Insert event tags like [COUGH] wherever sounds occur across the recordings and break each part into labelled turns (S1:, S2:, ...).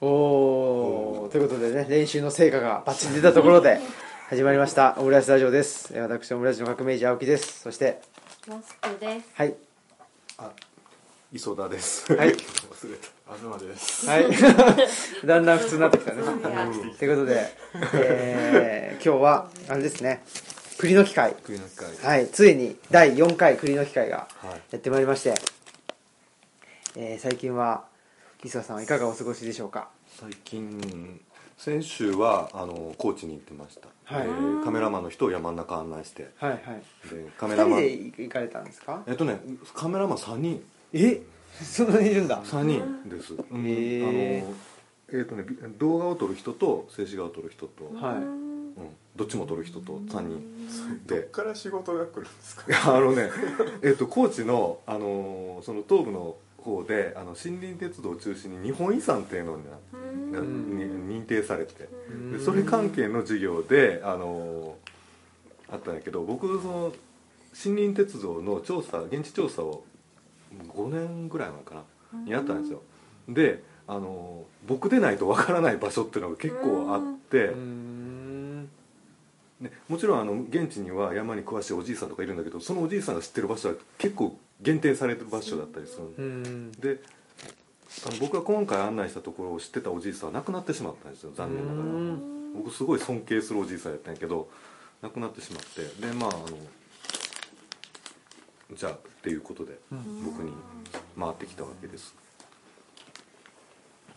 S1: おーということでね練習の成果がバッチリ出たところ [LAUGHS] で始まりましたオムライスラジオですえー私オムライスの革命児青木ですそして
S2: マスクです。
S1: はい
S3: あ、磯田です。
S1: はい
S3: 忘れた。東です。
S1: はい [LAUGHS] だんだん普通になってきたねということで、えー今日はあれですね栗の機会
S3: 栗の機会。はい。
S1: はいついに第4回栗の機会がやってまいりまして、えー最近は磯田さんはいかがお過ごしでしょうか
S3: 最近先週はあの高知に行ってました。
S1: はい
S3: えーカメラマンの人を山の中案内して、
S1: はいはい
S3: でカメ
S1: 2
S3: ラ
S1: 人
S3: マン。
S1: で
S3: え
S1: 行かれたんですか
S3: っとね、カメラマン三人、
S1: えそんなにいるんだ
S3: 三人です。うんあの
S1: へー
S3: えっとね、び動画を撮る人と静止画を撮る人と、うん
S1: はい
S3: どっちも撮る人と三人で
S4: どっから仕事が来るんですか
S3: いやあのね、 [LAUGHS] えっと、高知の、あのーその東部の方であの森林鉄道を中心に日本遺産っていうのになな
S1: うん
S3: に認定されてて
S1: う
S3: で
S1: ん
S3: それ関係の授業で、あのーあったんだけど僕その森林鉄道の調査現地調査を5年ぐらい前かなにやったんですよで、あのー僕でないとわからない場所っていうのが結構あって、
S1: うーん
S3: ね、もちろんあの現地には山に詳しいおじいさんとかいるんだけどそのおじいさんが知ってる場所は結構限定されてる場所だったりするん
S1: う
S3: で
S1: ん
S3: であの僕が今回案内したところを知ってたおじいさんは亡くなってしまったんですよ残念な
S1: う
S3: がら
S1: ん
S3: 僕すごい尊敬するおじいさんやったんやけど亡くなってしまってでまああのじゃあっていうことで
S1: うん
S3: 僕に回ってきたわけです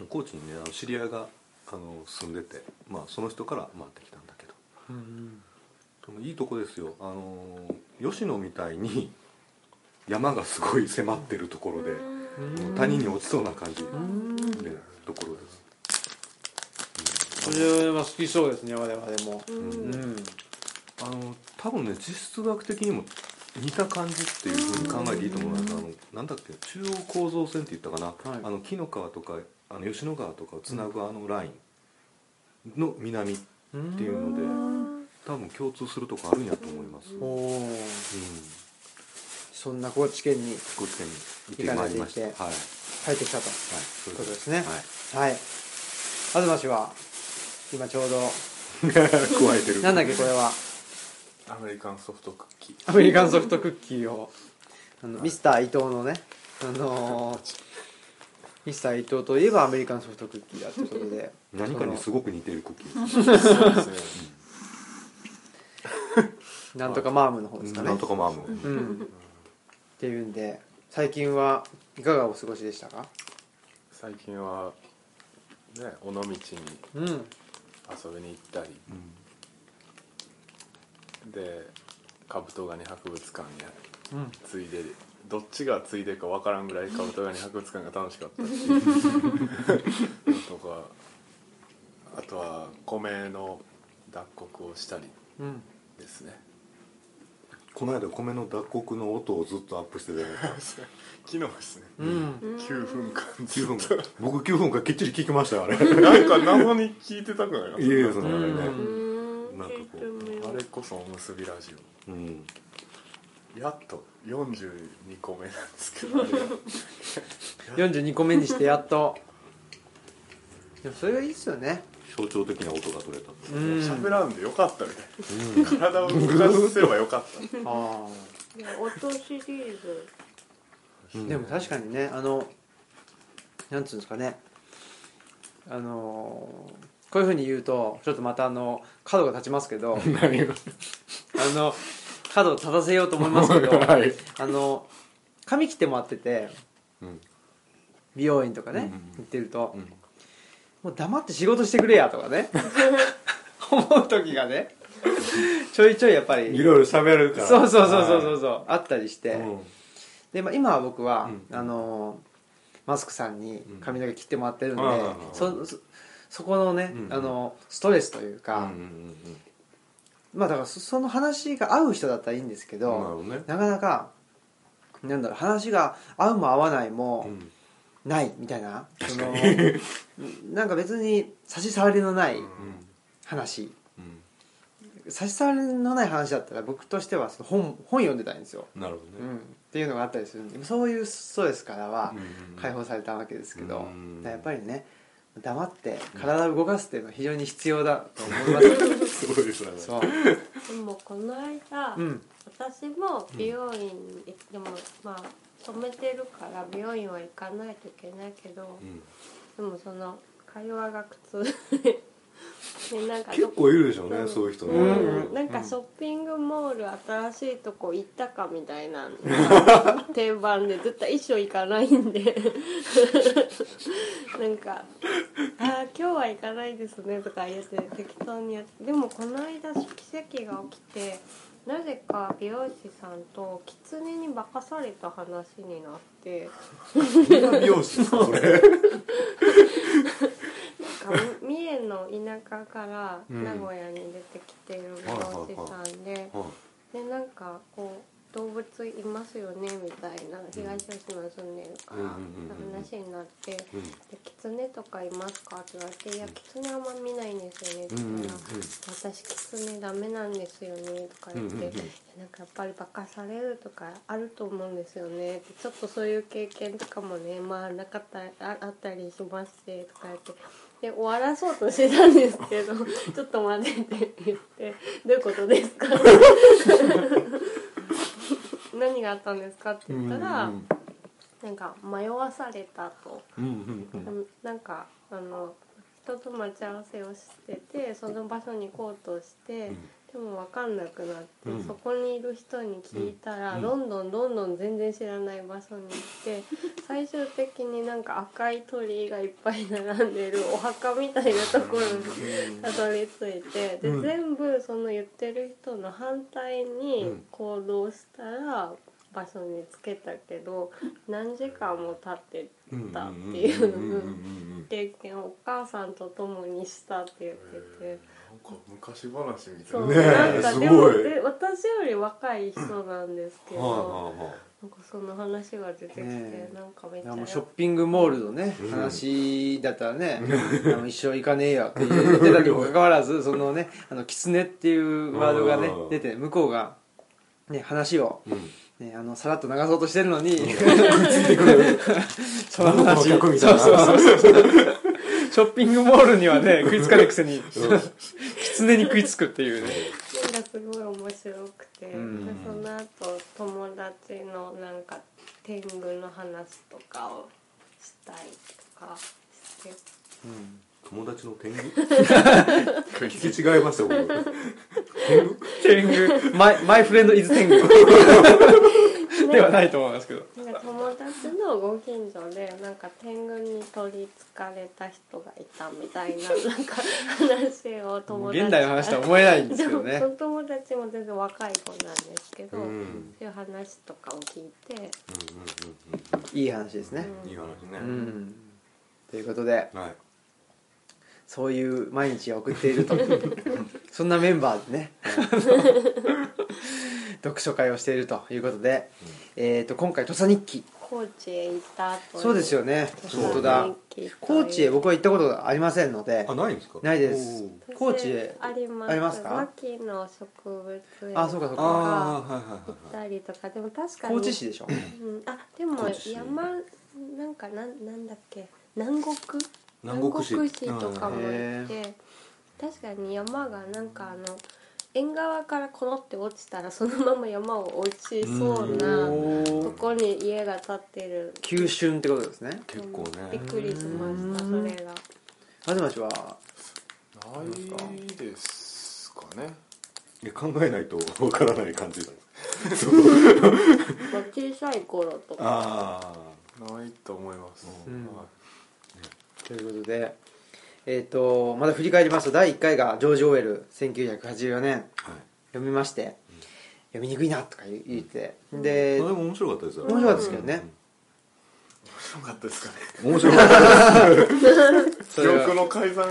S3: 高知にねあの知り合いがあの住んでて、まあ、その人から回ってきたんだけど
S1: うん
S3: でもいいとこですよあのー吉野みたいに [LAUGHS] 山がすごい迫ってるところで、
S1: うん
S3: 谷に落ちそうな感じの
S1: うん
S3: ところです、
S1: それは好きそうですね我々もうん
S3: あの多分ね地質学的にも似た感じっていうふうに考えていいと思うんですあのなんだっけ中央構造線って言ったかな、
S1: はい
S3: あの紀の川とかあの吉野川とかをつなぐあのラインの南って
S1: うん
S3: いうので、多分共通するとこあるんやと思います、うん、
S1: お
S3: 高
S1: おそんな高知県に
S3: 知県に行ってまいりました
S1: 行か
S3: は
S1: れてい
S3: い
S1: て帰ってきたと
S3: はい、そう
S1: ことですね
S3: はい
S1: はい東氏は今ちょうど
S3: [LAUGHS] 加えてる
S1: なんだっけこれは
S4: アメリカンソフトクッキー
S1: アメリカンソフトクッキーをあのミスター伊藤のねあのーミスター伊藤といえばアメリカンソフトクッキーだってことで
S3: 何かにすごく似てるクッキー
S4: そうですね
S1: なんとかマームの方ですかね
S3: なんとかマーム、
S1: うんっていうんで最近はいかがお過ごしでしたか
S4: 最近はね尾道に
S1: うん
S4: 遊びに行ったりでカブトガニ博物館に
S1: うん
S4: ついでどっちがついでかわからんぐらいカブトガニ博物館が楽しかったしとかあとは米の脱穀をしたり
S1: うん
S4: です [LAUGHS] ね
S3: この間米の脱穀の音をずっとアップしてて
S4: 昨日ですね、
S1: うん
S4: 9分間ず
S3: 9
S4: っと
S3: 分間僕9分間きっちり聞きましたよあ
S1: [LAUGHS]
S3: れい
S4: [LAUGHS] なんか謎に聞いてたくない
S3: えですねあれね
S1: うん
S3: なんかこ
S4: あれこそおむすびラジ
S3: う、うん、
S4: オやっと42個目なんですけどあれが
S1: 42個目にしてやっとでもそれがいいっすよね
S3: 象徴的な音が取れたと
S1: うん
S4: 喋
S1: あ
S4: らんでよかったみたいな体を動かせばよかっ
S1: あ
S2: いや音シリーズ。
S3: うん
S1: でも確かにねあのなんつうんですかねあのーこういうふうに言うとちょっとまたあの角が立ちますけ [LAUGHS] ど
S3: 何が
S1: あの角を立たせようと思います [LAUGHS] けど、
S3: はい
S1: あの髪切ってもらってて
S3: うん
S1: 美容院とかね、
S3: うんうんうん
S1: 行ってると、
S3: うん
S1: もう黙って仕事してくれやとか
S3: [LAUGHS]
S1: ね思う時がねちょいちょいやっぱり
S3: いろいろ喋るから
S1: そうそうそうそうそううそう、あったりして、
S3: うん
S1: で、まあ、今は僕は、
S3: うん
S1: あのマスクさんに髪の毛切ってもらってるの
S3: うん
S1: で、
S3: ああ
S1: そそそこのね、
S3: うん
S1: あのストレスという
S3: うんう
S1: か、
S3: んうん
S1: まあだからそその話が合う人だったらいいんですけ
S3: なるほ
S1: ど、
S3: どね
S1: なかなかなんだろう話が合うも合わないも、
S3: うん
S1: ないみたいなそのなんか別に差し障りのない
S3: うん
S1: 話
S3: う
S1: 差し障りのない話だったら僕としてはその本本読んでたいんですよ、
S3: んなるほ
S1: う
S3: どね
S1: ん、っていうのがあったりするんでそういうストレスからは
S3: うん
S1: 解放されたわけですけど、
S3: うん
S1: だからやっぱりね黙って体を動かすっていうのは非常に必要だと思い [LAUGHS] ます
S3: すごいですね
S1: そう
S2: でもこの間、
S1: うん
S2: 私も美容院、でもまあ染めてるから美容院は行かないといけないけど
S3: う、ん
S2: でもその会話が苦痛でなんか
S3: 結
S2: ど
S3: 構いるでしょうねそういう人ね
S1: うん
S2: なんかショッピングモール新しいとこ行ったかみたい
S3: [LAUGHS]
S2: な定番で絶対一生行かないんで [LAUGHS] なんか「ああ今日は行かないですね」とか言って適当にやってでもこの間奇跡が起きてなぜか美容師さんと狐に化かされた話にな
S3: [LAUGHS]
S2: って
S3: みんな美容師ですかそれ
S2: なんかみ三重の田舎から
S3: うん
S2: 名古屋に出てきている美容師さんで。でなんかこう動物いますよねみたいな東吉野に住んでるから
S3: うんうんうんうん
S2: 話になってで
S3: [LAUGHS] うん
S2: 「キツネとかいますか?」って言われて「いやキツネあんま見ないんですよね」って
S3: うんうん
S2: 言
S3: う
S2: っ
S3: ん
S2: たら「私キツネダメなんですよね」とか言って
S3: うんうんう
S2: いや
S3: ん
S2: 「なんかやっぱり化かされるとかあると思うんですよね」ってちょっとそういう経験とかもねまあなかったああったりしましてとか言って。で終わらそうとしてたんですけど「 [LAUGHS] ちょっと待って」って言って「どういうことです
S3: [LAUGHS]
S2: か?」何があったんですかって言ったら、
S3: うん
S2: なんか迷わされたと、
S3: うんうんうん
S2: なんかあの人と待ち合わせをしててその場所に行こうとして、でも分かんなくなって、
S3: うん
S2: そこにいる人に聞いたら、
S3: うん
S2: どんどんどんどん全然知らない場所に行って最終的になんか赤い鳥居がいっぱい並んでるお墓みたいなところにたどり着いてで、
S3: うん
S2: 全部その言ってる人の反対
S3: う
S2: に
S3: ん
S2: 行動したら場所につけたけど何時間も経って
S3: うん
S2: たってい
S3: んんん
S2: う
S3: うん
S2: 経験をお母さんと共にしたって言っ
S4: え
S2: てて。
S4: ーなんか昔話みた
S2: そ
S4: いうな
S3: ねえ
S2: なんかですも
S3: ごい
S2: で私より若い人なんですけ
S3: うんはい
S2: ど
S3: はいはい
S2: なんかその話が出てきて
S1: ねえ
S2: なんかめっ
S1: い
S2: ち
S1: や
S2: ゃ
S1: もうショッピングモールのね
S3: うん
S1: 話だったらね「あの一生行かねえよ」って言ってたにもかかわら
S3: [LAUGHS]
S1: ずそのね「あの狐」っていうワードがね
S3: うん
S1: 出て向こうが、ね、話を、
S3: うん
S1: ね、あのさらっと流そうとしてるのに
S3: ついてくる
S1: [LAUGHS] その話
S3: なんだこの客みたいな
S1: そうそうそうそうショッピングモールにはね食いつかないくせに
S3: うん
S1: 狐に食いつくっていうね
S2: なんかすごい面白くて、
S1: うん
S2: でその後友達のなんか天狗の話とかをしたりとかして
S3: 友達の天狗
S4: 食いつ
S3: 聞き違えました僕天狗
S1: 天狗マイマイフレンドイズ天
S3: [LAUGHS]
S1: 狗ではないと思いますけど
S2: なんか友達のご近所でなんか天狗に取りつかれた人がいたみたいななんか話を友達
S1: 現代の話とは思えないんですけど
S2: で
S1: ね
S2: もその [LAUGHS] 友達も全然若い子なんですけど、
S3: うんうんうん
S2: そういう話とかを聞いて、
S1: いい話ですね、
S3: うんいい話ね
S1: うんということで
S3: はい
S1: そういう毎日を送っていると
S3: [LAUGHS]
S1: そんなメンバーでね読書会をしているということで、えー、と今回土佐日記
S2: 高知へ行った後に
S1: そうですよね本当だ高知へ僕は行ったことがありませんので
S3: あないんですか
S1: ないです高知へ
S2: あります
S1: ありますか
S2: 牧野植物園
S1: あそうかそう
S3: おー
S1: か
S3: ああはい
S2: 行っ
S3: はいはいはい
S2: たりとかでも確かに
S1: 高知市でしょ
S2: うん、あでも
S3: 高知市
S2: 山なんかなんなんだっけ南国
S3: 南国市
S2: とかも
S1: うん
S2: 行
S1: へ
S2: って確かに山がなんかあの縁側からころって落ちたらそのまま山を落ちそうな
S1: お
S2: と
S1: ー
S2: こに家が建ってる
S1: 急春ってことですね
S3: 結構
S2: び
S3: ね
S2: っくりしました
S1: う
S2: そ
S1: ん
S2: れが
S1: 東氏は
S4: ないですかね
S3: いや考えないとわからない感じなんです
S2: まあ小さい頃とか
S3: あ
S4: ないと思います、
S1: うん
S4: はい
S1: ということで、えー、とまだ振り返りますと第1回がジョージ・オーエル1984年
S3: あはい
S1: 読みまして読みにくいなとか言言って、
S3: ま
S1: で
S3: あでも面白かったですよ
S1: 面白かったですけどね、
S4: 面白かったですかね
S3: 面白かったです
S1: そ
S4: 記
S1: れは
S4: 憶の改ざん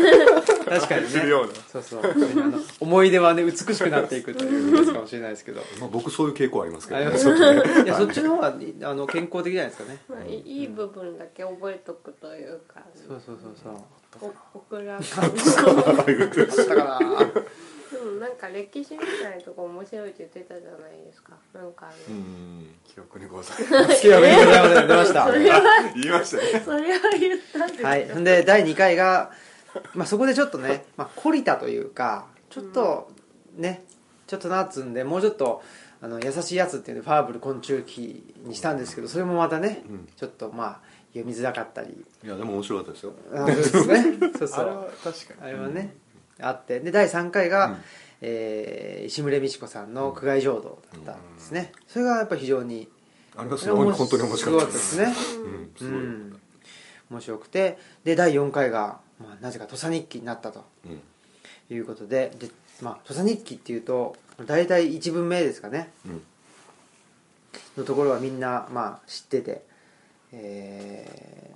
S1: 確かに
S4: す
S1: ね
S4: るような
S1: そうそうあの思い出はね美しくなっていくというやつかもしれないですけど
S3: まあ僕そういう傾向ありますけ
S1: あ
S3: ど
S1: れ
S3: ね
S1: はそういやそっちの方があの健康的じゃないですかね
S2: まあいいい部分だけ覚えとくというか
S1: そうそうそうそう
S2: おオクラ
S3: 言ってる
S1: だから
S2: でもなんか歴史みたいなとこ面白いって言ってたじゃないですかなんかあ
S3: う
S2: の、
S3: ん
S4: 記憶にございま
S1: 好きな [LAUGHS] 勉強会まで出ました
S2: それは
S4: す [LAUGHS] 言いましたね
S2: それは言ったんですよ [LAUGHS]
S1: はい、んで第2回が、まあ、そこでちょっとね、まあ、懲りたというかちょっとね、ちょっとなっつうんでもうちょっとあの優しいやつっていうのでファーブル昆虫記にしたんですけどそれもまたね、
S3: うん
S1: ちょっとまあ読みづらかったり
S3: いやでも面白かったですよ
S1: あそうです
S3: [LAUGHS]
S1: ねそうそ
S4: あれ
S1: う
S4: は確か
S1: あ
S4: に
S1: れはね、あってで第3回が、
S3: うん
S1: えー石牟礼美智子さんの苦外浄土だったんですね、それがやっぱ非常に
S3: あれはすごい本当に面白かった
S1: すごですね
S3: うん
S1: う
S3: すごい
S1: ん、面白くてで第4回が、まあ、なぜか土佐日記になったと
S3: うん
S1: いうことでで、まあ、土佐日記っていうと大体1文目ですかね
S3: うん
S1: のところはみんな、まあ、知ってて、え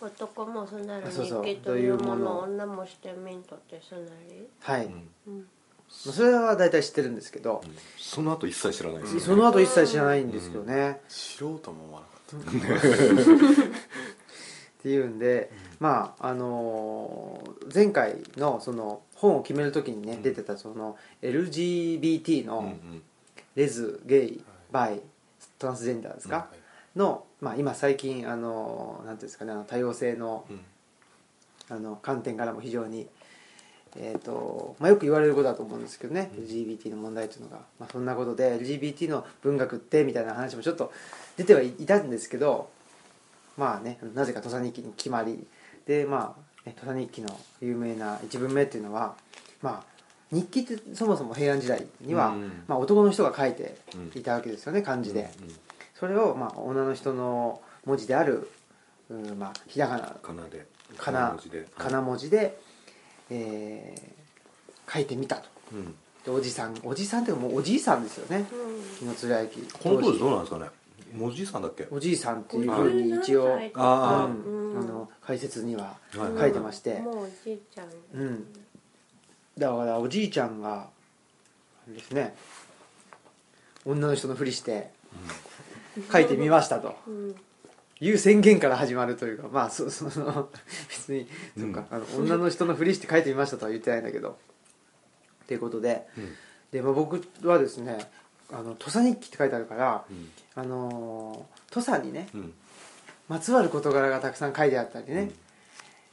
S2: 男もすなり
S1: そうそう
S2: 日記というもの女もしてみんとってすなり
S1: ーはい、
S3: う
S1: ま
S3: ん
S2: うん
S1: あ、それは大体知ってるんですけど、
S3: その後一切知らないですね
S1: その後一切知らないんですよね、っ
S4: 知ろうとも思わなかった
S1: ていうんで、まああのー前回のその本を決める時にね出てたその LGBT の、
S3: うんうん
S1: レズゲイバイトランスジェンダーですか、の、まあ、今最近あのなんていうんですかねあの多様性の
S3: うん
S1: あの観点からも非常に、えーとまあ、よく言われることだと思うんですけどね、LGBT の問題というのが、まあ、そんなことで LGBT の文学ってみたいな話もちょっと出てはいたんですけどまあねなぜか土佐日記に決まりでまあね土佐日記の有名な一文目っていうのはまあ日記ってそもそも平安時代には、
S3: うん
S1: まあ、男の人が書いていたわけですよね漢字で。
S3: うんうん
S1: それを、まあ、女の人の文字である、うんまあ、ひらがな
S3: かなで
S1: かな
S3: 文字で
S1: かな文字で、えー書いてみたと
S3: うん
S1: でおじさんおじさんっていうかもうおじいさんですよね紀の貫之
S3: こ
S1: 当
S3: の当時どう
S1: 時
S3: なんですかね文字さんだっけ
S1: おじいさんっていうふうに一応、うん
S3: あ
S1: あ
S3: ー
S2: うん
S1: の解説には
S3: はい
S1: 書いてまして、
S2: もうおじいちゃん
S1: うん、だからおじいちゃんがあれですね女の人のふりして書いてみましたと。
S2: うん
S1: いう宣言から始まるというかまあそその別に、
S3: うん
S1: そっかあの女の人のふりして書いてみましたとは言ってないんだけどっていうことで
S3: うん
S1: で、まあ、僕はですね「あの土佐日記」って書いてあるから、
S3: うん
S1: あのー土佐にね
S3: うん
S1: まつわる事柄がたくさん書いてあったりね、
S3: うん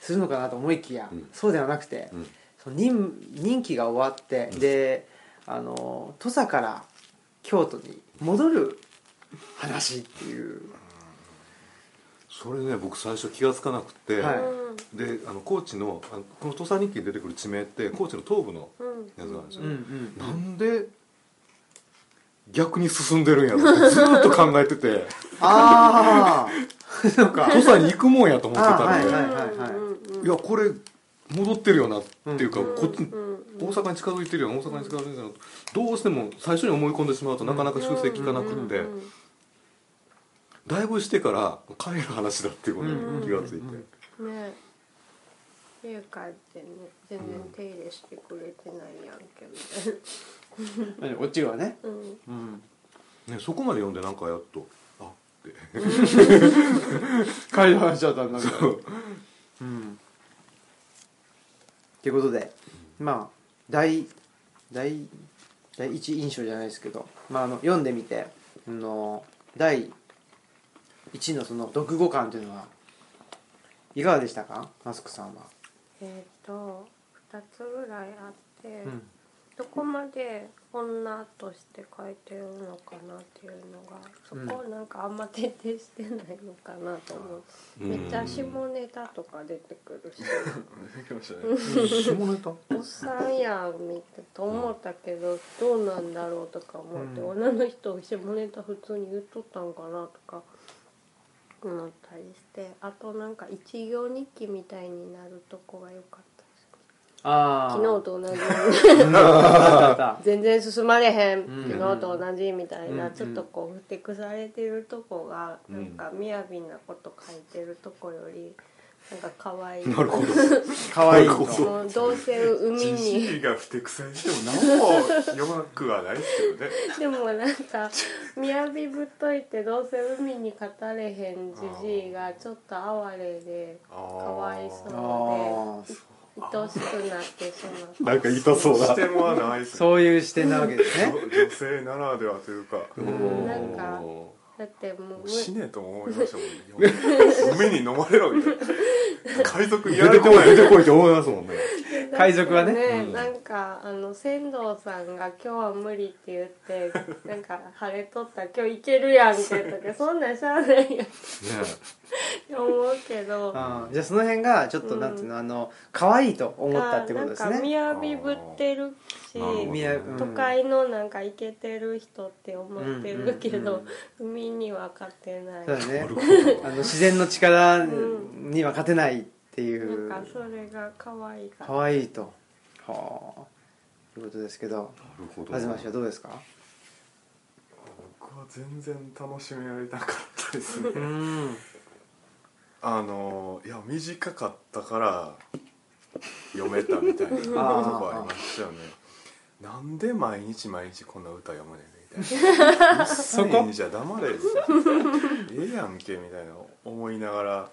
S1: するのかなと思いきや、
S3: うん
S1: そうではなくて、
S3: うん
S1: その任任期が終わって、
S3: うん
S1: であの土佐から京都に戻る話っていう。
S3: それね僕最初気が付かなくて、
S1: はい
S3: であの高知のあのこの土佐日記に出てくる地名って高知の東部の
S2: うん
S3: やつなんですよ、
S1: うんうん
S3: なんで逆に進んでるんやろってずーっと考えてて
S1: ああそうか
S3: 土佐に行くもんやと思ってた
S1: あ
S3: んで、
S1: はい
S3: い
S1: はいはい
S2: うん
S3: やこれ戻ってるよなっていうか、
S2: うん
S3: こっちに
S2: うん
S3: 大阪に近づいてるよな大阪に近づいてるよなどうしても最初に思い込んでしまうとなかなか修正効かなくって、
S2: うんうん
S3: だいぶしてから帰る話だっていうことに気がついて、
S1: うん
S2: うんね家帰ってね全然手入れしてくれてないやんけみたいな
S1: [LAUGHS] 何落ちるわね
S2: うん
S1: うん
S3: ね、そこまで読んでなんかやっとあって
S1: 帰り話しちゃったんだけどうんっていうことでまあ第第第一印象じゃないですけど、まあ、あの読んでみてあの第一のその読語感というのはいかがでしたかマスクさんは、
S2: えっ、と2つぐらいあって、
S1: うん、
S2: どこまで女として書いてるのかなっていうのがそこなんかあんま徹底してないのかなと思う、めっちゃ下ネタとか出てく
S1: [LAUGHS]
S2: るし
S4: 出てきましたね
S3: 下ネタ
S2: おっさんやんみたいと思ったけどどうなんだろうとか思って、
S1: うん
S2: 女の人を下ネタ普通に言っとったんかなとか思ったりしてあとなんか一行日記みたいになるとこが良かったです
S1: ああ
S2: 昨日と同じように
S1: あったあっ
S2: 全然進まれへん
S1: うん
S2: 昨日と同じみたいな、
S1: うん
S2: ちょっとこうふてくされてるとこが、
S3: うん
S2: なんかみやびなこと書いてるとこよりなんか可愛い
S3: なるほど
S1: たかわいい
S3: なる
S1: と
S3: ほど
S2: もうどうせ海
S4: じ
S2: に
S4: じいが不適さにしても何も弱くはないですけどね
S2: でもなんかみやびぶっといてどうせ海に語れへんじじいがちょっと哀れで
S4: あー
S2: 可愛
S1: あ
S2: そ
S1: ー
S2: うで愛しくなってしまう
S3: なんか痛そう
S4: 視
S3: な
S4: 点はないですね
S1: そういう視点なわけですね
S4: 女性ならではというか
S1: うん
S2: なんかだってもうむ
S4: 死ねとも思いましたもんね嫁に飲まれろみたいな海賊にや
S3: 出
S4: ら
S3: て
S4: れ
S3: こ
S4: ても
S3: い出てこいって思いますもんね
S1: 海賊はね
S3: うん
S2: なんかあの船頭さんが「今日は無理」って言って [LAUGHS] なんか晴れとったら今日行けるやんけと
S1: [LAUGHS]
S2: かそんなんしゃあないやんって思うけど
S1: あーじゃあその辺がちょっと
S2: うん
S1: なんていうの、あの可愛いと思ったってことです
S2: なんか
S1: ね
S2: 雅ぶってるし
S3: なるほど
S1: みなうん
S2: 都会のなんかイケてる人って思ってるけ
S1: うんう
S2: ど
S1: ん、
S2: 海には勝てない
S1: そうだ [LAUGHS] ね
S3: なるほ
S1: あ
S3: ど
S1: の自然の力
S2: うん
S1: には勝てないってい
S2: なん
S1: う
S2: かそれが可愛いから
S1: 可愛いとはあということですけど
S3: なるほど
S1: 東氏はどうですか
S4: 僕は全然楽しめられなかったです
S1: う
S4: ね
S1: ん
S4: あのいや短かったから読めたみたいなとこありましたよねなんで毎日毎日こんな歌読むねんみたいな「うっさいんじゃ黙れ」みたいな「ええやんけ」みたいな思いながら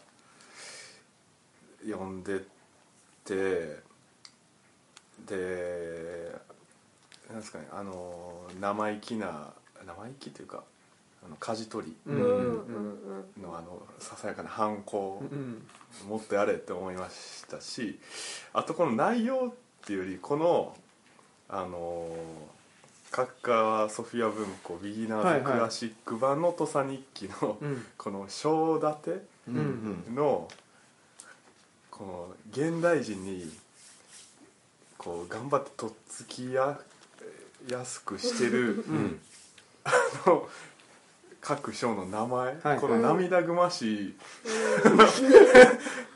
S4: 読んでってでなんですかねあの生意気な生意気というかあの舵取り
S1: う
S2: うん
S1: ん
S2: う
S1: うんん
S2: うん
S4: のあのささやかな反抗
S1: うん
S4: もっとやれって思いましたしあとこの内容っていうよりこのあの角川ソフィア文庫ビギナーズクラシック版の「土佐日記」の
S1: うん
S4: この章立
S3: う
S1: うん
S4: てのこの現代人にこう頑張ってとっつきややすくしてる
S3: うんうん
S4: あの各章の名前、
S1: はい
S4: この涙ぐましい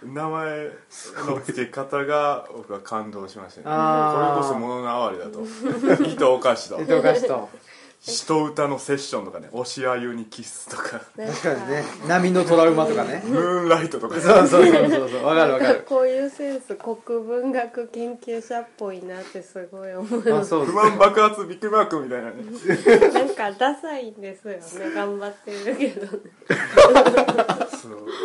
S4: 名前の付け方が僕は感動しましたねこれ
S1: あー
S4: こそ物の哀れだと
S1: [LAUGHS]
S4: 伊藤菓子と
S1: 江戸菓子
S2: [LAUGHS]
S1: と
S4: 人歌のセッションとかね「押しあゆにキス」とか
S2: なん
S1: 確かにね波のトラウマとかね
S4: 「ムーンライト」とか
S1: そうそうそうそうそうわかるわか
S2: [LAUGHS]
S1: る
S2: こういうセンス国文学研究者っぽいなってすごい思う
S1: あそう
S4: 不満爆発ビッグマークみたいなね
S2: なんかダサいんですよ
S1: [LAUGHS]
S2: ね頑張ってるけど
S4: そう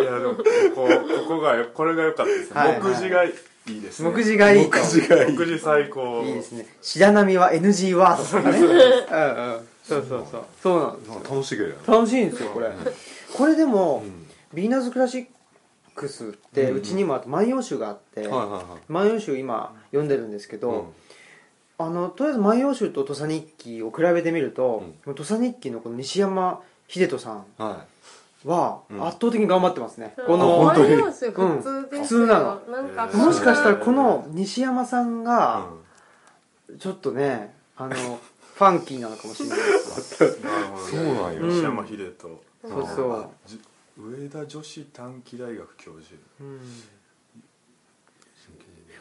S4: いやでもここここがこれが良かったですね、
S1: はいはい
S4: 目次がいいですね
S1: 目次がいいと
S4: 目次最高
S1: いいですね白波は NG ワードとかねうんうんそうそうそうそうなんです
S3: なん
S1: よ
S3: か楽しげやな
S1: 楽しいんですよこれこれでも、
S3: うん
S1: ビギナーズクラシックスって
S3: うん
S1: うちにもあって「万葉集」があって
S3: はいはいはい
S1: 「万葉集」今読んでるんですけど、
S3: うん
S1: あのとりあえず「万葉集」と「土佐日記」を比べてみると
S3: うん、
S1: もう土佐日記のこの西山秀人さん
S3: は
S1: は
S3: うん
S1: 圧倒的に頑張ってますね、こ
S2: こ
S1: の
S2: の
S3: あ本当に
S2: 普通ですよ、
S1: うん普通なの
S2: なんか
S4: 当
S1: もしかしたら
S4: えー
S1: この西山さん
S3: い
S1: がちょっとねあのファンキーなのかもしれない
S3: [LAUGHS]
S1: ですわ
S4: なるほどね
S3: そうなんや
S4: 西山秀人、
S2: うん
S1: そうそう
S4: あじ上田女子短期大学教授
S1: うん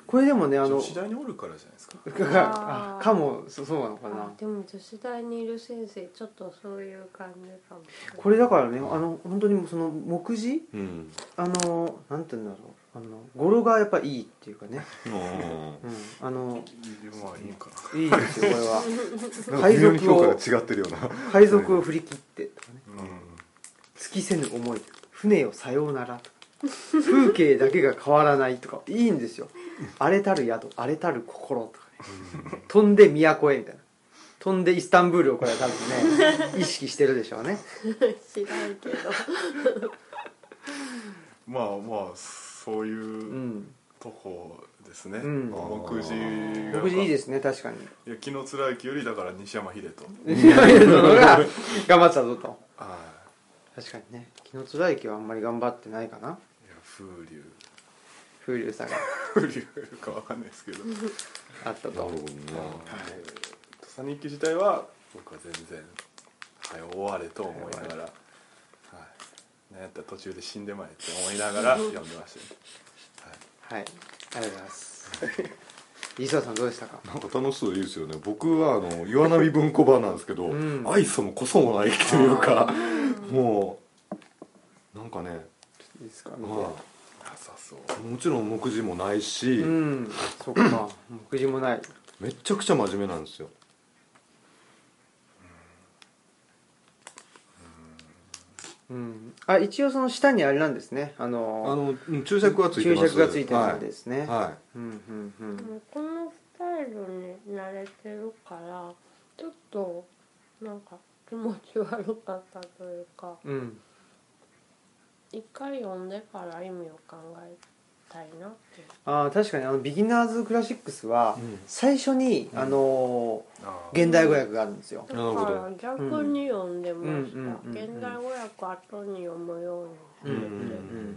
S1: これでもねあ
S4: 女
S1: の
S4: 子大におるからじゃないですか
S1: かかもそそうなのかな
S2: あでも女子大にいる先生ちょっとそういう感じかも
S1: これだからねあの本当にその目次
S3: うん
S1: あのなんて言うんだろうあの語呂がやっぱいいっていうかね、
S3: うん
S1: うん、あの
S4: まあいいんかな、
S1: いいですよこれは
S3: [LAUGHS] なんか微妙に評価が違ってるような
S1: 海賊を振り切ってとかね
S4: う
S1: 尽きせぬ思い船よさようならとか風景だけが変わらないとかいいんですよ荒れたる宿荒れたる心とかね飛んで都へみたいな飛んでイスタンブールをこれは多分ね意識してるでしょうね
S2: 知らんけど
S4: ん、まあまあそう
S1: う
S4: いうんとこですね、
S1: うん
S4: 目次が
S1: 僕いいですね確かに
S4: いや昨日貫之よりだから西山秀人
S1: [LAUGHS] 西山秀人の方が頑張ってたぞと
S4: ああ
S1: 確かにね紀貫之はあんまり頑張ってないかない
S4: や風流
S1: 風流さが
S4: 風流かわかんないですけど土
S1: あった
S3: なるほ
S1: と
S3: どね
S4: 佐日記自体は僕は全然はい終われと思いながら、はい、なんやったら途中で死んでまえって思いながら読んでました、ね、
S1: はいありがとうございます
S3: [LAUGHS]
S1: 磯田さんどうでしたか
S3: なんか楽しそうでいいですよね僕はあの岩波文庫版なんですけど、
S1: うん
S3: 愛想もこそもないっていうかもうなんかね、
S1: いいですか見
S3: ま
S1: て
S4: なさそう
S3: あ、もちろん目次もないし、
S1: うんそっか目次もない
S3: めちゃくちゃ真面目なんですよ
S1: うん、あ一応その下にあれなんですねあの
S3: あのうん注釈はついてます
S1: 注釈がついてるんですね、
S3: はい、はい
S1: うんうんう
S2: で
S1: ん
S2: もこのスタイルに慣れてるからちょっとなんか気持ち悪かったというか
S1: うん
S2: 一回読んでから意味を考えたいなっていう
S1: あー確かにあのビギナーズクラシックスは
S3: うん
S1: 最初に、
S3: うん
S1: あの
S4: あー
S1: 現代語訳があるんですよ、
S2: だ
S3: なるほ
S2: から
S3: ど
S2: 逆に読んでました、
S1: うんうんうんうん
S2: 現代語訳後に読むように
S1: うんうんうん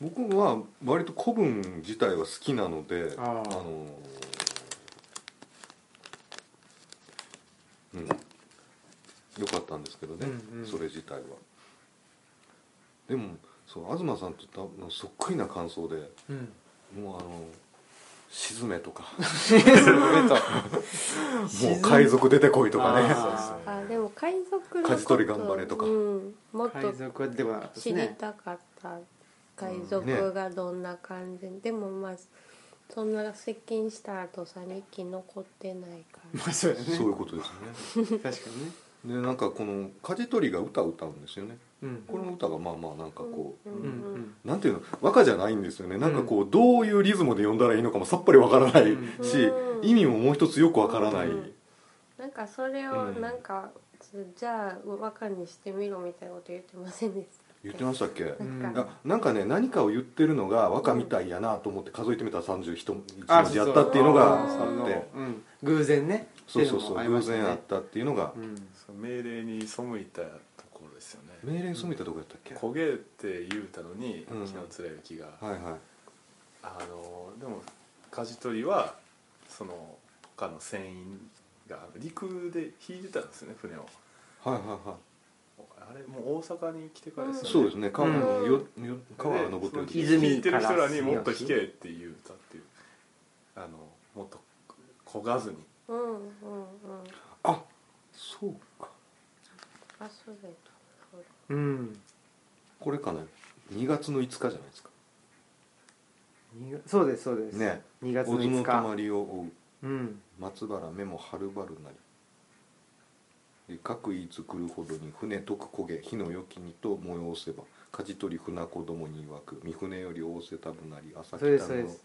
S3: 僕は割と古文自体は好きなので
S1: あ
S3: あ
S1: ー
S3: のうんよかったんですけどね、
S1: うんうん
S3: それ自体はでもそう東さんと多分そっくりな感想で
S1: うん、
S3: もうあの沈めとか [LAUGHS]
S1: 沈
S3: も
S1: め
S3: う海賊出てこいとかね
S1: あー
S2: あでも海賊のこと
S3: 舵取り頑張れとか
S2: うん、もっと
S1: 海賊は出てこなかったです
S2: 知り
S1: ね
S2: たかった海賊がどんな感じ、でもまあそんな接近した後さ日記残ってないか
S1: まあそうやね
S3: そういうことですね
S1: 確かにね
S3: でなんかこの舵取りが歌を歌うんですよね
S1: うん
S3: この歌がまあまあなんかこう、
S1: うんうん
S3: なんていうの和歌じゃないんですよねなんかこうどういうリズムで読んだらいいのかもさっぱりわからない
S1: うん
S3: し、
S2: うん
S3: 意味ももう一つよくわからない、
S2: うんらなんかそれを
S3: うん
S2: なんか、じゃあ和歌にしてみろみたいなこと言ってませんでした
S3: 言ってましたっけ、
S1: うん
S2: なんか、
S3: あなんかね何かを言ってるのが和歌みたいやなと思って数えてみたら31文字やったっていうのが
S1: そそ
S3: あっ
S1: の
S3: て
S1: うん、偶然ね
S3: そうそう
S1: っていの
S3: そう
S1: もありま
S3: 偶
S1: したね
S3: 然あったっていうのが
S1: う、ん
S4: そう命令に背いたところですよね
S3: 命令に染めたとこやったっけ、
S4: 焦げって言うたのに
S3: うん
S4: 昨日貫之が、
S3: はいはい
S4: あのでも舵取りはその他の船員が陸で引いてたんですよね船を
S3: はいはいはい
S4: あれもう大阪に来てからですよね、
S3: そうですね川,、
S1: うん
S3: よよ川が登ってる
S1: そ
S3: 時
S1: の
S4: 引いてる人らにもっと引けって言うたっていうあのもっと焦がずに
S2: うんうんうん
S3: あそうか
S2: あそうだよそうだ
S1: うん
S3: これかな2月の5日じゃないですか
S1: にがそうですそうです、
S3: ね、
S1: 2
S3: 「
S1: 月
S3: 小
S1: の
S3: 津
S1: 5
S3: のた
S1: 日
S3: まりを追う
S1: うん
S3: 松原目もはるばるなり」「各いつ来るほどに船とく焦げ火のよきにと催せば舵取り船子どもに曰く三船より仰せたぶなり朝
S1: それ
S3: 北
S1: それ
S3: の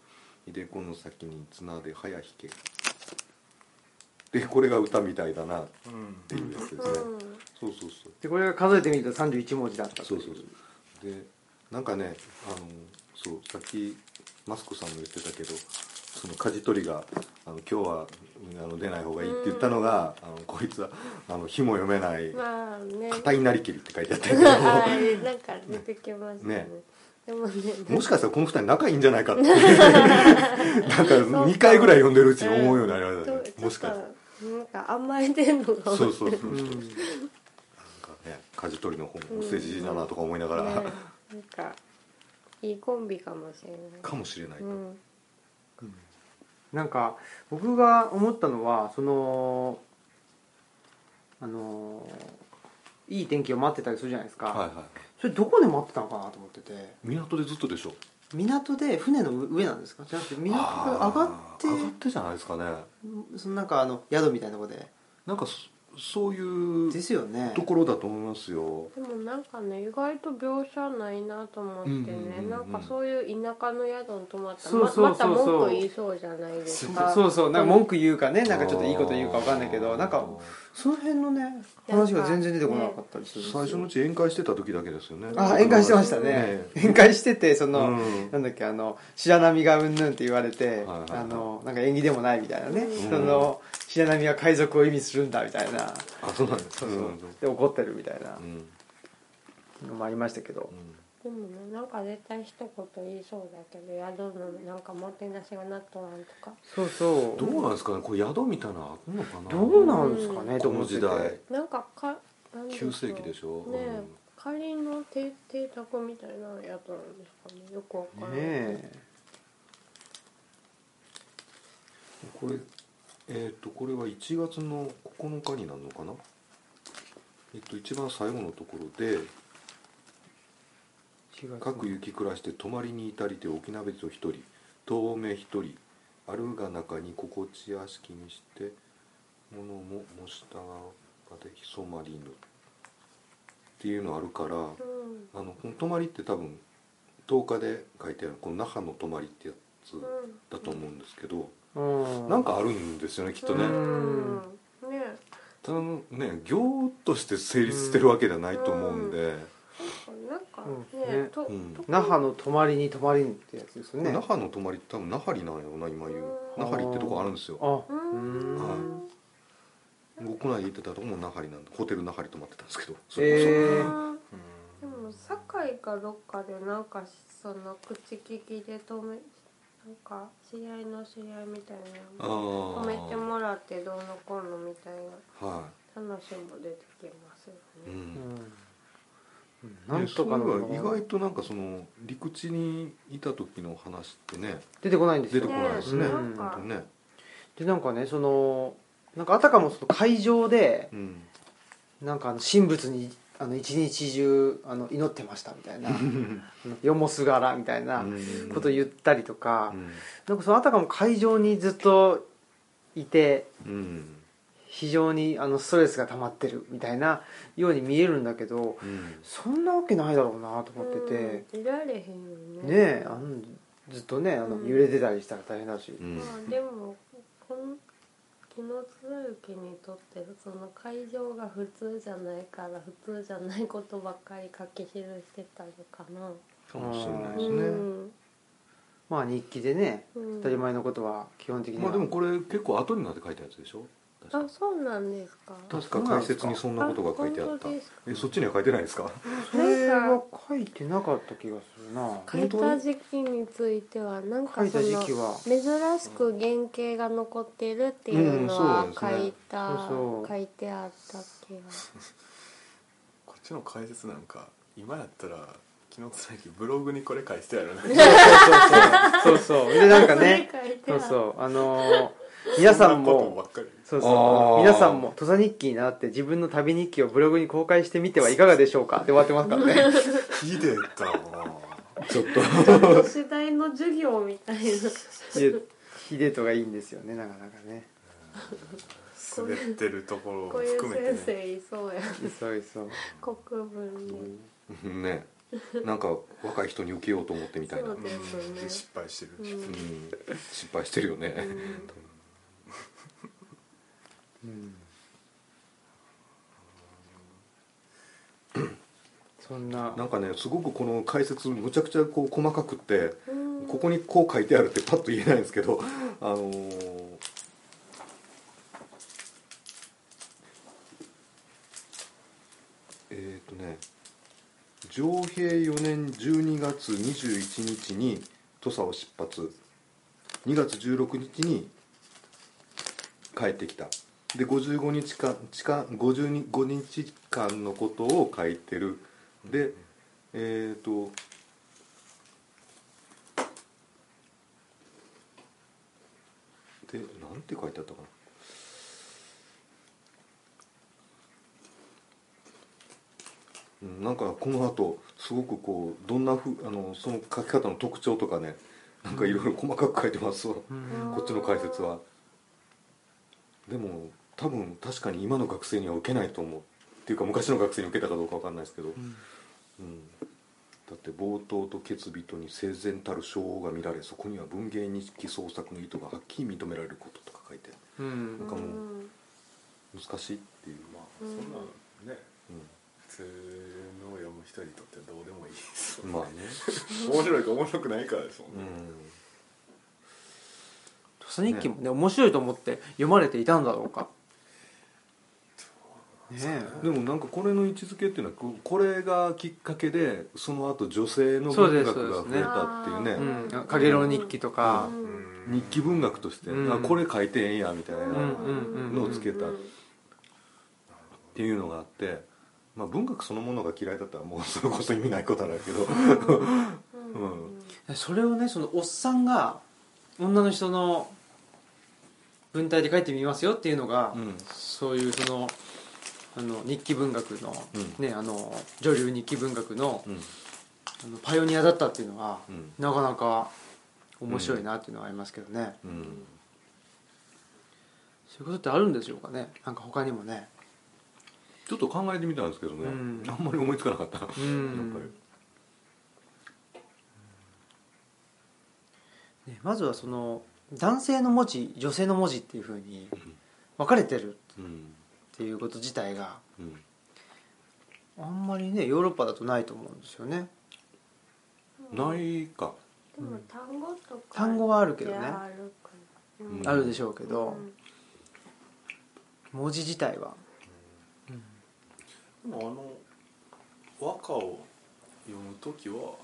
S3: いでこの先に綱で早引け」でこれが歌みたいだなっ
S4: うん
S3: ていうやつですね、
S2: うん
S3: そうそうそう
S1: でこれが数えてみると31文字だったと
S3: そ
S1: いう
S3: そうそうでなんかねあのそうさっきマスクさんも言ってたけどその舵取りがあの「今日はあの出ない方がいい」って言ったのが、あのこいつはあの「火も読めない
S2: まあね
S3: 硬いなりきり」って書いてあっ
S2: [LAUGHS]
S3: たけ
S2: は
S3: ど
S2: いなんか出てきましたね
S3: ね
S2: でもね
S3: もしかしたらこの二人仲いいんじゃない
S2: [LAUGHS]
S3: かってなんか2回ぐらい読んでるうちに思うようになりましたね
S2: ちょ
S3: もしかし
S2: ち
S3: た
S2: ょっとなんか甘えてんのが
S3: らそうそうそうそう、
S1: う
S3: なん
S1: ん
S3: かね舵取りの方もお世辞だなとか思いながら、
S2: ねなんかいいコンビかもしれない。
S3: かもしれないと、
S2: うん、
S1: なんか僕が思ったのはそのあのいい天気を待ってたりするじゃないですか、
S3: はいはい
S1: それどこで待ってたのかなと思ってて
S3: 港でずっとでしょ
S1: 港で船の上なんですかじゃなくて港から上がって
S3: あー上がってじゃないですかね
S1: そのなんかあの宿みたいなとこで
S3: なんかそそういう
S1: ですよね
S3: ところだと思いますよ
S2: でもなんかね意外と描写ないなと思ってね、
S3: うんうんうんうん
S2: なんかそういう田舎の宿に泊まったら
S1: そうそうそう
S2: ままた文句言いそうじゃないですか。
S1: そうそうなんか文句言うかねなんかちょっといいこと言うかわかんないけ
S3: あ
S1: ど
S3: ー
S1: なんかその辺のね話が全然出てこなかったりするんですよ
S3: 最初のうち宴会してた時だけですよね
S1: あ宴会してました
S3: ね
S1: ね宴会しててそうの、
S3: ん
S1: なんだっけあの白波がうんぬんって言われて、
S3: はいはいはい
S1: あのなんか縁起でもないみたいなね、
S2: うん
S1: その白波は海賊を意味するんだみたいな
S3: あそうなんです
S1: そうそう、
S3: うん
S1: で怒ってるみたいな
S3: うん
S1: のもありましたけど、
S2: でもねなんか絶対一言言いそうだけど宿のなんかもてなしがなっとらんとか。
S1: そうそう
S3: どうなんですかねこれ宿みたいなのあるのかな
S1: どうなんですかね、
S2: うん
S1: と
S3: こ
S1: 思
S3: の
S1: ってて
S3: 時代
S2: なんかかなんでしょう
S3: 9世紀でしょ、
S2: ねえ仮の邸邸宅みたいな宿なんですかねよくわから
S1: ね
S2: ない。
S1: え
S3: うん、これえっ、とこれは1月の9日になるのかなえっと一番最後のところで各雪暮らして泊まりに至りて沖縄別を一人遠目一人あるが中に心地やしきにして物ももしたがでひそまりぬっていうのあるから
S2: うん
S3: あのこの「泊まり」って多分10日で書いてあるこの那覇の「泊まり」ってやつ
S2: うん
S3: だと思うんですけど、
S1: うん
S3: なんかあるんですよねきっとね、
S2: うんね
S3: ただのね行として成立してるわけじゃないと思うんで、
S2: なんか
S1: う
S2: ね
S1: んね
S2: と
S3: うん
S2: 特に
S1: 那覇の泊まりに泊まりにってやつですよね
S3: 那覇の泊まりって多分那覇里なんやろな今言う
S2: うん
S3: 那覇里ってとこあるんですよ
S1: あ
S2: う
S1: うん
S2: ん
S3: 僕この間行ってたとこも那覇里なんでホテル那覇里泊まってたんですけどそれこそ、
S1: えー
S2: うんで
S4: うん
S2: も酒井がどっかでなんかその口利きで止めなんか知り合いの知り合いみたいな
S3: あ
S2: 止
S3: あ
S2: めてもらってどうのこうのみたいな
S3: は
S2: 話も出てきますよ
S1: う
S2: ね。
S3: い、う
S1: んう
S3: ん
S1: んなんとか
S3: ね
S1: の
S3: それは意外となんかその陸地にいた時の話ってね
S1: 出てこないんです
S3: 出
S1: よ
S3: てこないですね
S1: うん
S3: 本当にね、
S1: でなんかねそのなんかあたかもその会場で
S3: うん、
S1: なんかあの神仏にあの一日中あの祈ってましたみたい
S3: [LAUGHS]
S1: なあのよもすがらみたいなこと言ったりとか、
S3: うん
S1: なんかそのあたかも会場にずっといて
S3: うん
S1: 非常にあのストレスが溜まってるみたいなように見えるんだけど
S3: うん
S1: そんなわけないだろうなと思ってて、
S2: うんいられへんよね。
S1: ねえあのずっとねあ
S2: う
S1: の
S2: ん
S1: 揺れてたりしたら大変だし、
S3: うん
S2: まあでもこの紀貫之にとってその会場が普通じゃないから普通じゃないことばっかり書き記してたのかな。
S3: かもしれないで
S1: う
S3: す
S2: う
S3: ね、
S2: ん
S1: まあ日記でね
S2: うん
S1: 当たり前のことは基本的に
S3: ま
S1: は、
S3: あでもこれ結構後になって書いたやつでしょ
S2: あ
S3: 確か
S2: そうなんですか。
S3: 確か解説にそんなことが書いてあった
S2: 本当ですか
S3: えそっちには書いてないですか
S1: それは書いてなかった気がするな
S2: 書いた時期についてはなん
S1: 書
S2: か
S1: い
S2: そ
S1: た
S2: の
S1: 時期は
S2: 珍しく原型が残ってるっていうの
S3: う
S2: は
S3: んそうですね
S2: 書いた、
S1: そうそう
S2: 書いてあった気が
S4: こっちの解説なんか今やったら昨日つなぎブログにこれ返してやるね
S1: そうそうそうそうでなんかね
S2: [LAUGHS] 書いて
S1: そう
S2: あった
S1: そうあのー皆さん
S4: そなことば
S1: も
S4: っかり
S1: そう
S3: あ
S1: そ
S3: ー
S1: う皆さんも土佐日記になって自分の旅日記をブログに公開してみてはいかがでしょうかって終わってますから [LAUGHS] ね
S4: ひでたわ
S3: ちょっと
S2: ちょっ [LAUGHS] と次第の授業みたいな
S1: で秀人がいいんですよねなかなかね
S4: 滑ってるところを
S2: こういう
S4: 含めて、ね
S2: 先、生いそうや
S1: そうそう
S2: 国文で、
S3: ねなんか若い人に受けようと思ってみたいな、、
S2: そううんですね
S4: うん失敗してる、
S2: うん
S3: 失敗してるよね、
S1: うんそんな
S3: なんかねすごくこの解説むちゃくちゃこう細かくって
S2: うん
S3: ここにこう書いてあるってパッと言えないんですけどあのーえっ、とね上平4年12月21日に土佐を出発2月16日に帰ってきたで55日間近55日間のことを書いてるでえっ、とでなんて書いてあったかなうんなんかこの後すごくこうどんなふうあのその書き方の特徴とかねなんかいろいろ細かく書いてますわ
S1: うん
S3: こっちの解説はでも多分確かに今の学生には受けないと思うっていうか昔の学生に受けたかどうかわかんないですけど、うんだって冒頭と決尾とに整然たる称号が見られそこには文芸日記創作の意図がはっきり認められることとか書いて
S1: うん
S3: なんかもう
S2: うん
S3: 難しいっていうまあ、
S4: そんなのね
S3: う
S4: 普通の読む人にとってどうでもいいです
S3: ん、まあね、
S4: 面白いか面白くないかですもん
S3: う
S4: ね、
S3: ん
S1: 土佐日記もね面白いと思って読まれていたんだろうかね
S3: でもなんかこれの位置づけっていうのはここれがきっかけでその後女性の
S1: そうで
S3: 文
S1: す
S3: 学が増えたっていう
S1: え
S3: ね
S1: う
S2: そうですね
S1: ん「かげろう日記」とか、
S2: うん
S3: 日記文学として、
S1: うん
S3: あこれ書いてええんやみたいな、
S1: ん
S3: っ
S1: うんうん
S3: のをつけた
S2: うん
S3: ていうのがあって、まあ、文学そのものが嫌いだったらもうそれこそ意味ないことなんだけど、
S2: うんうん
S1: それをねそのおっさんが女の人の文体で書いてみますよっていうのが、
S3: うん
S1: そういうそのあの日記文学の、
S3: うん
S1: ねあの女流日記文学の,、
S3: うん
S1: あのパイオニアだったっていうのは、
S3: うん
S1: なかなか面白いなっていうのはありますけどね、
S3: うん、
S1: そういうことってあるんでしょうかねなんか他にもね
S3: ちょっと考えてみたんですけどね、
S1: うん
S3: あんまり思いつかなかった、
S1: う
S3: やっぱり
S1: ん、ね、まずはその男性の文字女性の文字っていうふうに分かれてる
S3: うん
S1: っていうこと自体が
S3: うん
S1: あんまりねヨーロッパだとないと思うんですよね
S3: ないか
S2: でも単語とか
S1: 単語はあるけどね
S2: ってあるかな
S3: うん
S2: うん
S1: あるでしょうけ
S2: う
S1: ど
S2: ん
S1: 文字自体は
S4: でもあの和歌を読む時は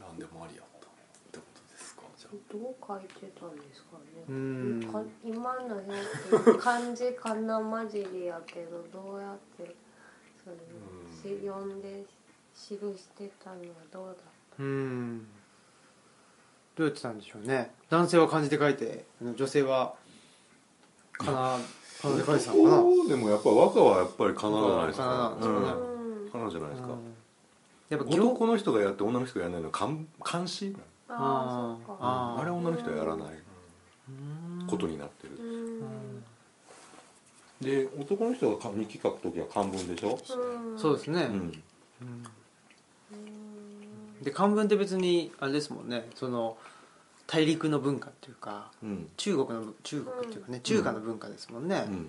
S4: 何でもありやったってことですかじゃ
S2: どう書いてたんですか
S1: う
S2: ね。
S1: ん
S2: か今の表記漢字かな混じりやけどどうやってそれ
S4: うん
S2: し読んで記してたのはどうだ
S1: うんどうやってたんでしょうね男性は漢字で書いて女性はかなかなで書いてたのかな
S3: 男でもやっぱ和歌はやっぱりかなわないです
S1: かなわ
S3: か
S1: ない
S3: ら
S1: う
S2: う
S1: です
S3: うん
S2: ん。
S3: かなじゃないですか、
S1: うんやっぱ行
S3: 男の人がやって女の人がやらないのは監監視なん
S2: ああそうか。
S1: あー
S3: あれ女の人はやらないことになって
S2: う
S3: る、
S2: ん。
S3: で男の人が日記書く時は漢文でしょ、
S2: ん
S1: そうですね、
S3: うん
S1: うん
S2: うん
S1: で漢文って別にあれですもんねその大陸の文化っていうか
S3: うん
S1: 中国の中国っていうかね、中華の文化ですもんね、
S3: う
S1: なんか
S3: ん、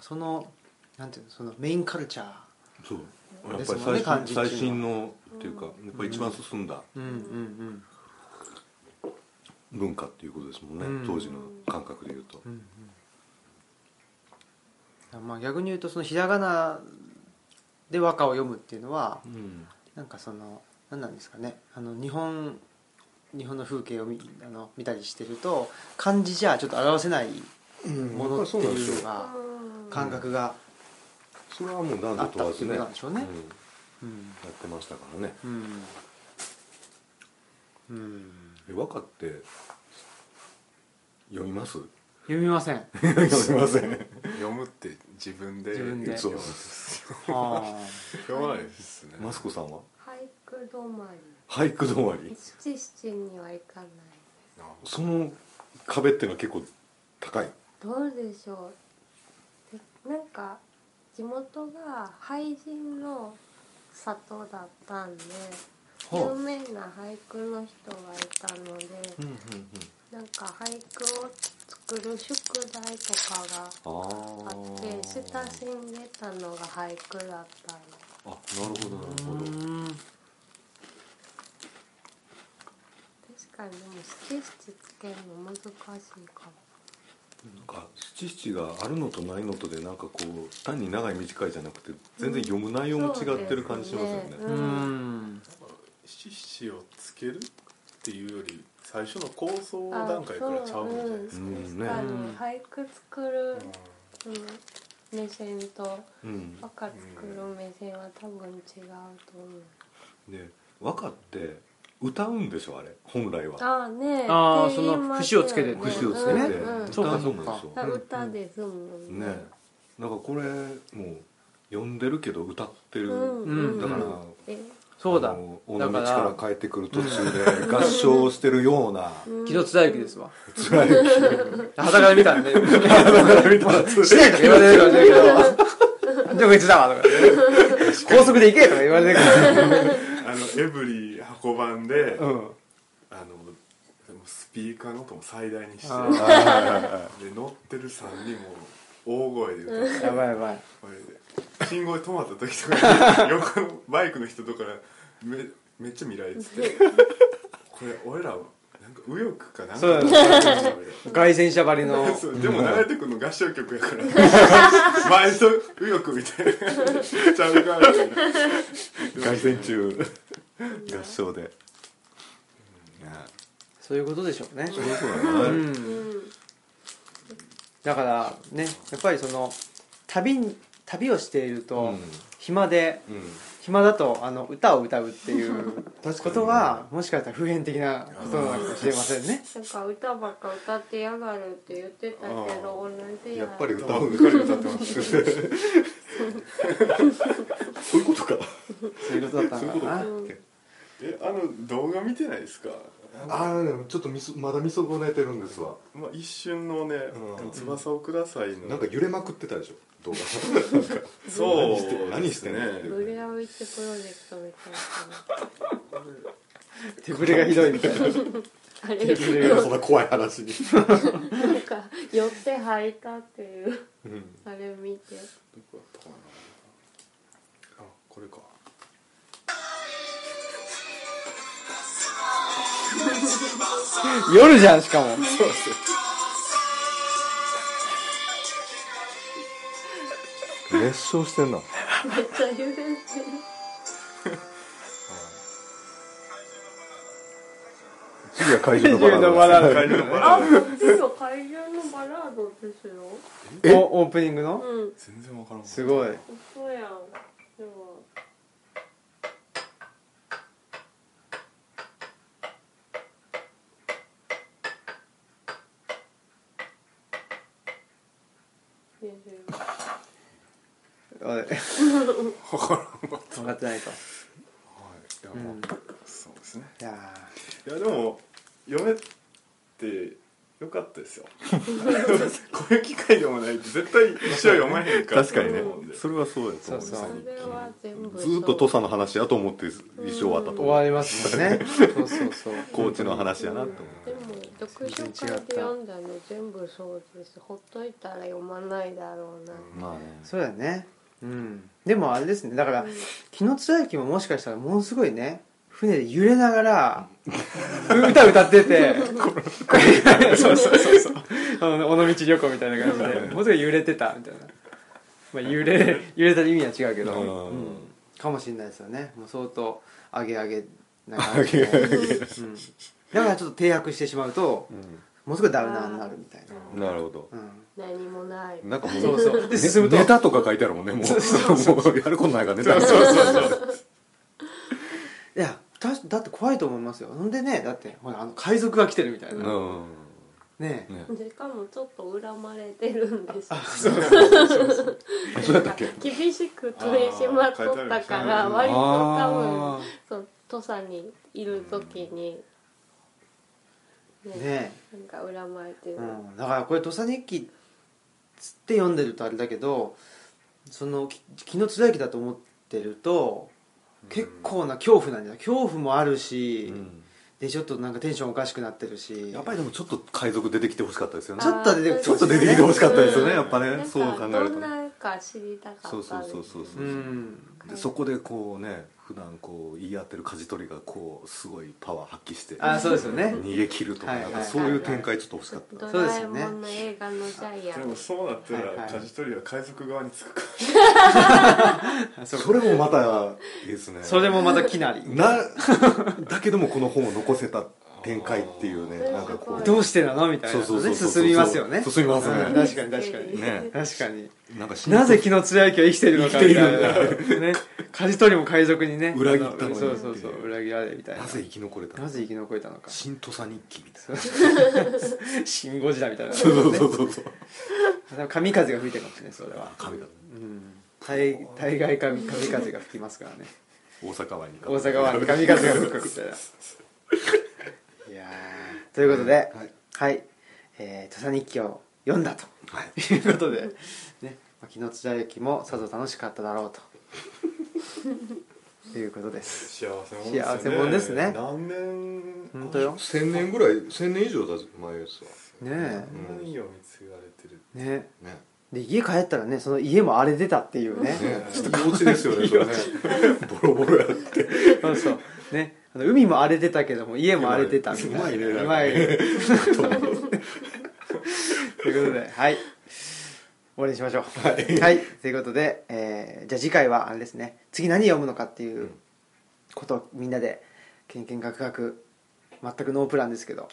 S1: そのなんていうのそのメインカルチャー、
S3: そうやっ
S1: です
S3: ぱり
S1: もんね
S3: 最
S1: 漢
S3: 新
S1: 字っていうのは
S3: 最新のっていうかやっぱり一番進んだ
S1: うんうん
S3: 文化っていうことですもんね、
S1: うん
S3: 当時の感覚でいうと
S1: うん、うんまあ、逆に言うとそのひらがなで和歌を読むっていうのは
S3: うん
S1: なんかその何なんですかねあの日本日本の風景を見あの見たりしてると漢字じゃちょっと表せないものっていうのが
S2: うん
S1: 感覚が
S3: それはもう男
S1: あ
S3: 女
S1: っ
S3: 問
S1: た
S3: わ
S1: って
S3: ず
S1: いうこ
S3: ね
S1: となんでしょうね
S3: うんや
S1: うん
S3: ってましたからね
S1: うんうん
S3: え和歌って読みます
S1: 読みま
S3: [LAUGHS]
S1: せん
S3: 読みません [LAUGHS]
S4: あ読むって自分で
S1: 自分で [LAUGHS]
S4: 読む
S1: あ
S4: 読まないですね
S3: マスコさんは
S2: 俳句止ま
S3: 俳句止まり
S2: り。七七にはいかない。
S4: あ
S3: その壁っていうのは結構高い
S2: どうでしょうでなんか地元が俳人の里だったんで
S3: ほ
S2: 有
S3: う
S2: 名な俳句の人がいたので
S3: うんうん
S2: なんか俳句を作る宿題とかが
S3: うんあ
S2: あ
S3: ー
S2: って親しんでたのが俳句だったの
S3: あなるほどなる
S1: あう
S3: ほど
S1: ん
S2: 確かにでも七七つけるの難しいかも
S3: なんか七七があるのとないのとでなんかこう単に長い短いじゃなくて全然読む内容も違ってる感じしますよね
S2: そうですね
S1: うん
S4: 七七をつけるっていうより最初の構想段階からちゃうんじゃないですか、
S3: うんね
S2: 確かに俳句作る、うん、目線と
S3: うん
S2: バカ作る目線は多分違うと思う。
S3: で和歌って歌うんでしょあれ本来は
S2: ああねえ。
S1: あー
S2: って言います
S1: その節を
S2: よね
S1: つけてね
S3: 節をつけて
S2: うんうん
S1: そうか
S3: 歌う
S1: そうんか
S3: でしょ
S2: あ歌ですもん
S3: ねなんかこれもう読んでるけど歌ってる、
S2: うん
S3: だから、
S1: うん
S2: え
S1: そうだ
S3: あの尾
S1: だ
S3: 道
S1: か
S3: からら帰ってくる途中で合唱をしてるような
S2: うん
S1: 木戸津田之ですわ
S3: 辛い
S1: [LAUGHS]
S3: 記
S1: はから見たんで [LAUGHS]
S3: 憶みたいな
S1: しないとか言われるかもしれないけどなんでこいつだわとかね高速で行けとか言われるからね
S4: あのエブリ箱番で、
S1: うん
S4: あのスピーカーの音も最大にして
S1: あ
S4: で乗ってる3人も大声で歌って
S1: やばいやばい
S4: これで信号で止まった時とかに横のバイクの人とかからめめっちゃ見られててこれ俺らはなんか右翼かなんか
S1: そうだ外旋車ばりの
S4: そうでも流れてくるの合唱曲やから前と右翼みたいなちゃうかみたいな
S3: 凱旋中合唱で、ね
S1: [LAUGHS] そういうことでしょうね
S3: そういうこと
S1: う
S3: だね
S2: うんん
S1: だからねやっぱりその旅に旅をしていると、
S3: うん
S1: 暇で
S3: うん
S1: 暇だとあの歌を歌うっていう
S3: 確かに
S1: ことはもしかしたら普遍的なことなのかもしれませんね
S2: なんか歌ばっか歌ってやがるって言ってたけど同じ
S3: や
S2: や
S3: っぱり
S2: うん
S3: 歌を
S4: 歌歌ってましたね
S3: そういうことか
S1: そういうことだったのかな
S4: えあの動画見てないですか
S3: ああでもちょっとみそまだみそごねてるんですわ
S4: まあ、一瞬のね「
S3: うん
S4: 翼をくださいの」
S3: なんか揺れまくってたでしょ動画
S4: そう
S3: 何して何してんのってい
S2: ブグ
S3: うね
S2: ラウイッチプロジェクトみたい
S1: 手ぶれがひどいみたいな
S2: なあれ
S1: 手
S3: そんな怖い話に
S2: なんか寄って履いたっていう
S3: うん
S2: あれを見て
S4: どこやったかなあこれか
S1: 夜じゃんしかも
S3: 熱唱してんな
S2: めっちゃ揺れてる
S3: 次は怪獣のバラード
S1: 怪獣のバラード
S2: あ次は怪獣のバラードですよ
S3: え
S1: おオープニングの
S2: うん
S4: 全然わからん
S1: すごい
S2: 嘘やんでも
S1: おい
S2: ねえ
S4: わからんわはい
S1: 分かってないと
S4: いや、
S1: う
S4: まあ
S1: ん
S4: そうですね
S1: いや
S4: いやでも読めてよかっ
S1: [LAUGHS]
S4: たですよこういう機会でもないと絶対一生読まへんから
S3: 確かにね
S4: と思うんで
S3: それはそうやと思う
S1: そう
S2: そ
S1: そう
S2: れは全部
S3: ずーっと土佐の話やと思って一生終わったと
S1: 終
S3: 思う
S1: わりますよねそうそうそう
S3: 高知の話やなと思
S2: でも読書会で読んだの全部そうですほっといたら読まないだろうな、
S3: うまあね
S1: そうだねうんでもあれですねだから
S2: うん
S1: 紀貫之ももしかしたらものすごいね船で揺れながら歌歌っててそうそうそうそう [LAUGHS] あの尾道旅行みたいな感じでものすごい揺れてたみたいな、まあ、揺れ揺れた意味は違うけど、
S3: うん
S1: うんかもしれないですよねもう相当上げ上げな感
S3: 上
S1: じ
S3: げ
S1: でう
S3: 上
S1: ん、だからちょっと停泊してしまうとものすごいダウナーになるみたいな、
S3: うんなるほど
S1: うん、
S2: 何もない
S3: なんかもう
S1: そう
S3: [LAUGHS]
S1: そうで
S3: ね
S1: 進むと
S3: ネタとか書いてあるもんねもうもうやることないからネタ
S4: そうそうそう
S1: いやたしだって怖いと思いますよほんでねだってほらあの海賊が来てるみたいな、ねえ
S3: うんね
S2: しかもちょっと恨まれてるんですよ
S3: そうやったっけ
S2: 厳しく取り締まっとったから
S4: あー
S2: 割と多
S3: あ
S2: 分そう土佐にいる時に、ね
S1: ね
S2: なんか恨まれて
S1: え、
S2: る、
S1: うん、だからこれ「土佐日記」つって読んでるとあれだけどそのき気の貫きだと思ってると結構な恐怖なんだよ恐怖もあるし、
S3: うん
S1: でちょっとなんかテンションおかしくなってるし
S3: やっぱりでもちょっと海賊出てきてほしかったですよね
S1: ちょっと出て
S2: あー
S1: ちょっと
S3: 出てきてほしかったですよね
S4: うん
S3: やっぱ
S2: な
S3: ね
S2: ん
S3: そう考
S2: か
S3: え
S2: ど
S3: ると
S2: ん
S3: ね
S2: なか知りたかった
S3: そ
S2: ん
S3: う
S2: ですよ
S3: そう
S2: ね
S3: そうそうそう
S1: うん
S3: でそこでこうね普段こう言い合ってる舵取りがこうすごいパワー発揮して
S1: あーそうですよね
S3: 逃げ切るとか
S1: はい
S3: な
S1: はい
S3: んかそういう展開ちょっと欲しかった
S1: そ
S2: ド
S1: うで
S2: ラ
S1: す
S2: え
S1: よね
S2: もんの映画のジャイア
S4: で
S2: ン
S4: もそうなった
S1: はい
S4: ら
S1: はい
S4: 舵取りは海賊側につくか
S1: あそう
S3: それもまたいいですね
S1: それもまたきなり
S3: な [LAUGHS] だけどもこの本を残せた展開っていうねなんか
S2: あ
S3: こ
S2: ー
S3: う
S1: どうしてなのみたいな
S3: そう
S1: の
S3: そう
S1: ね
S3: そうそう
S1: 進みますよね
S3: 進みますね
S1: うん確かに確かに
S3: ね
S1: 確かに
S3: なんかし
S1: [LAUGHS] なぜ紀貫之は生きてるのかみたいなね舵取りも海賊にね
S3: 裏切ったのに
S1: そうそうそう裏切られみたいな
S3: なぜ生き残れたの
S1: なぜ生き残れたのか
S3: 新土佐日記みたいな
S1: 新ゴジラみたいな
S3: そうそうそうそうそう
S1: でも神風が吹いてるかもしれないそれは
S3: 神だ
S1: うん大大概神神風が吹きますからね
S3: 大阪湾に
S1: 大阪湾に神風が吹くみたいないやーということで
S3: はい
S1: はい「えー土佐日記」を読んだと
S3: はい
S1: いうことでねまあ紀貫之もさぞ楽しかっただろう
S3: [LAUGHS]
S1: ということです
S4: 幸せも
S1: 幸せもんですね
S4: 何年
S1: 本当よ
S3: 千年ぐらい千年以上だ前ですわ
S1: ね
S4: こんなにいいよ見つけられてる
S1: えね
S3: ね
S1: で家帰ったらねその家も荒れてたっていうね
S3: ねちょっと気持ちですよねそれねボロボロやって
S1: そうそうねあの海も荒れてたけども家も荒れてたみたいな
S3: うまいね
S1: [LAUGHS] うまいねということではい終わりにしましょうはい、ということで、えーじゃあ次回はあれですね次何読むのかっていうことをみんなでけんけんがくがく全くノープランですけど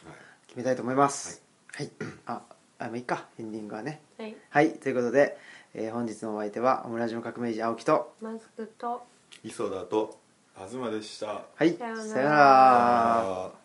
S1: 決めたいと思いますはい、ああもういいかエンディングはね
S2: はい
S1: はいということで、えー本日のお相手はオムラジオ革命児青木と
S2: マスクと
S3: 磯田と
S4: 東でした
S1: はい
S2: さようなら
S1: さようなら
S3: あー